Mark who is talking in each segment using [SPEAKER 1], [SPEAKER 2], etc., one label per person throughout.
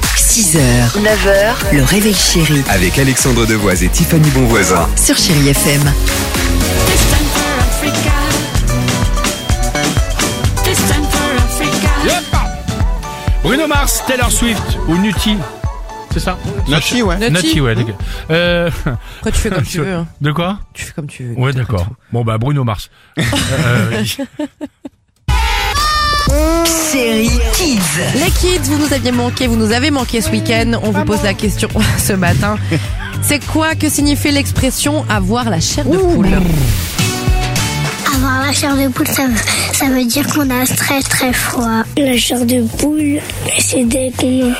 [SPEAKER 1] 6h, 9h, le réveil chéri
[SPEAKER 2] Avec Alexandre Devoise et Tiffany Bonvoisin.
[SPEAKER 1] sur Chéri FM.
[SPEAKER 3] This time for Africa. This time for Africa.
[SPEAKER 4] Yep. Bruno Mars, Taylor Swift ou Nutty C'est ça
[SPEAKER 5] Nutty, ouais.
[SPEAKER 4] Nutty, ouais. d'accord. Euh,
[SPEAKER 6] Après, tu fais comme tu veux. hein.
[SPEAKER 4] de quoi
[SPEAKER 6] Tu fais comme tu veux.
[SPEAKER 4] Ouais, d'accord. Bon, bah, Bruno Mars. Euh,
[SPEAKER 1] Chéri Kids.
[SPEAKER 6] Les kids, vous nous aviez manqué, vous nous avez manqué ce week-end. On vous pose la question ce matin. C'est quoi que signifie l'expression avoir la chair de poule
[SPEAKER 7] Avoir la chair de poule, ça, veut- ça veut dire qu'on a très très froid. La chair de poule, c'est dès qu'on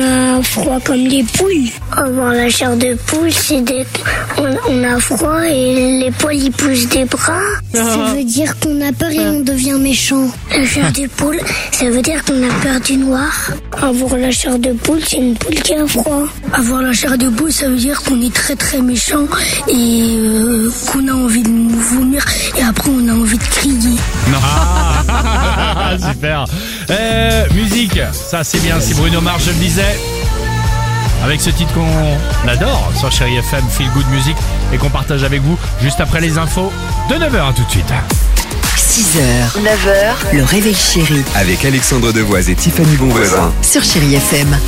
[SPEAKER 7] a, froid comme les poules. Avoir la chair de poule, c'est dès qu'on on a froid et les poils ils poussent des bras. Ça veut dire qu'on a peur et on devient méchant. La chair de poule, ça veut dire qu'on a peur du noir. Avoir la chair de poule, c'est une poule qui a froid. Avoir la chair de poule, ça veut dire qu'on est très très méchant et euh, qu'on a envie de vomir et après on a envie de crier.
[SPEAKER 4] non. Ah, super. Euh, musique, ça c'est bien, c'est Bruno Mars, je le disais. Avec ce titre qu'on adore sur Chéri FM, Feel Good Music, et qu'on partage avec vous juste après les infos de 9h. À tout de suite.
[SPEAKER 1] 6h, 9h, le réveil chéri
[SPEAKER 2] Avec Alexandre Devoise et Tiffany Bonvoisin.
[SPEAKER 1] sur Chéri FM.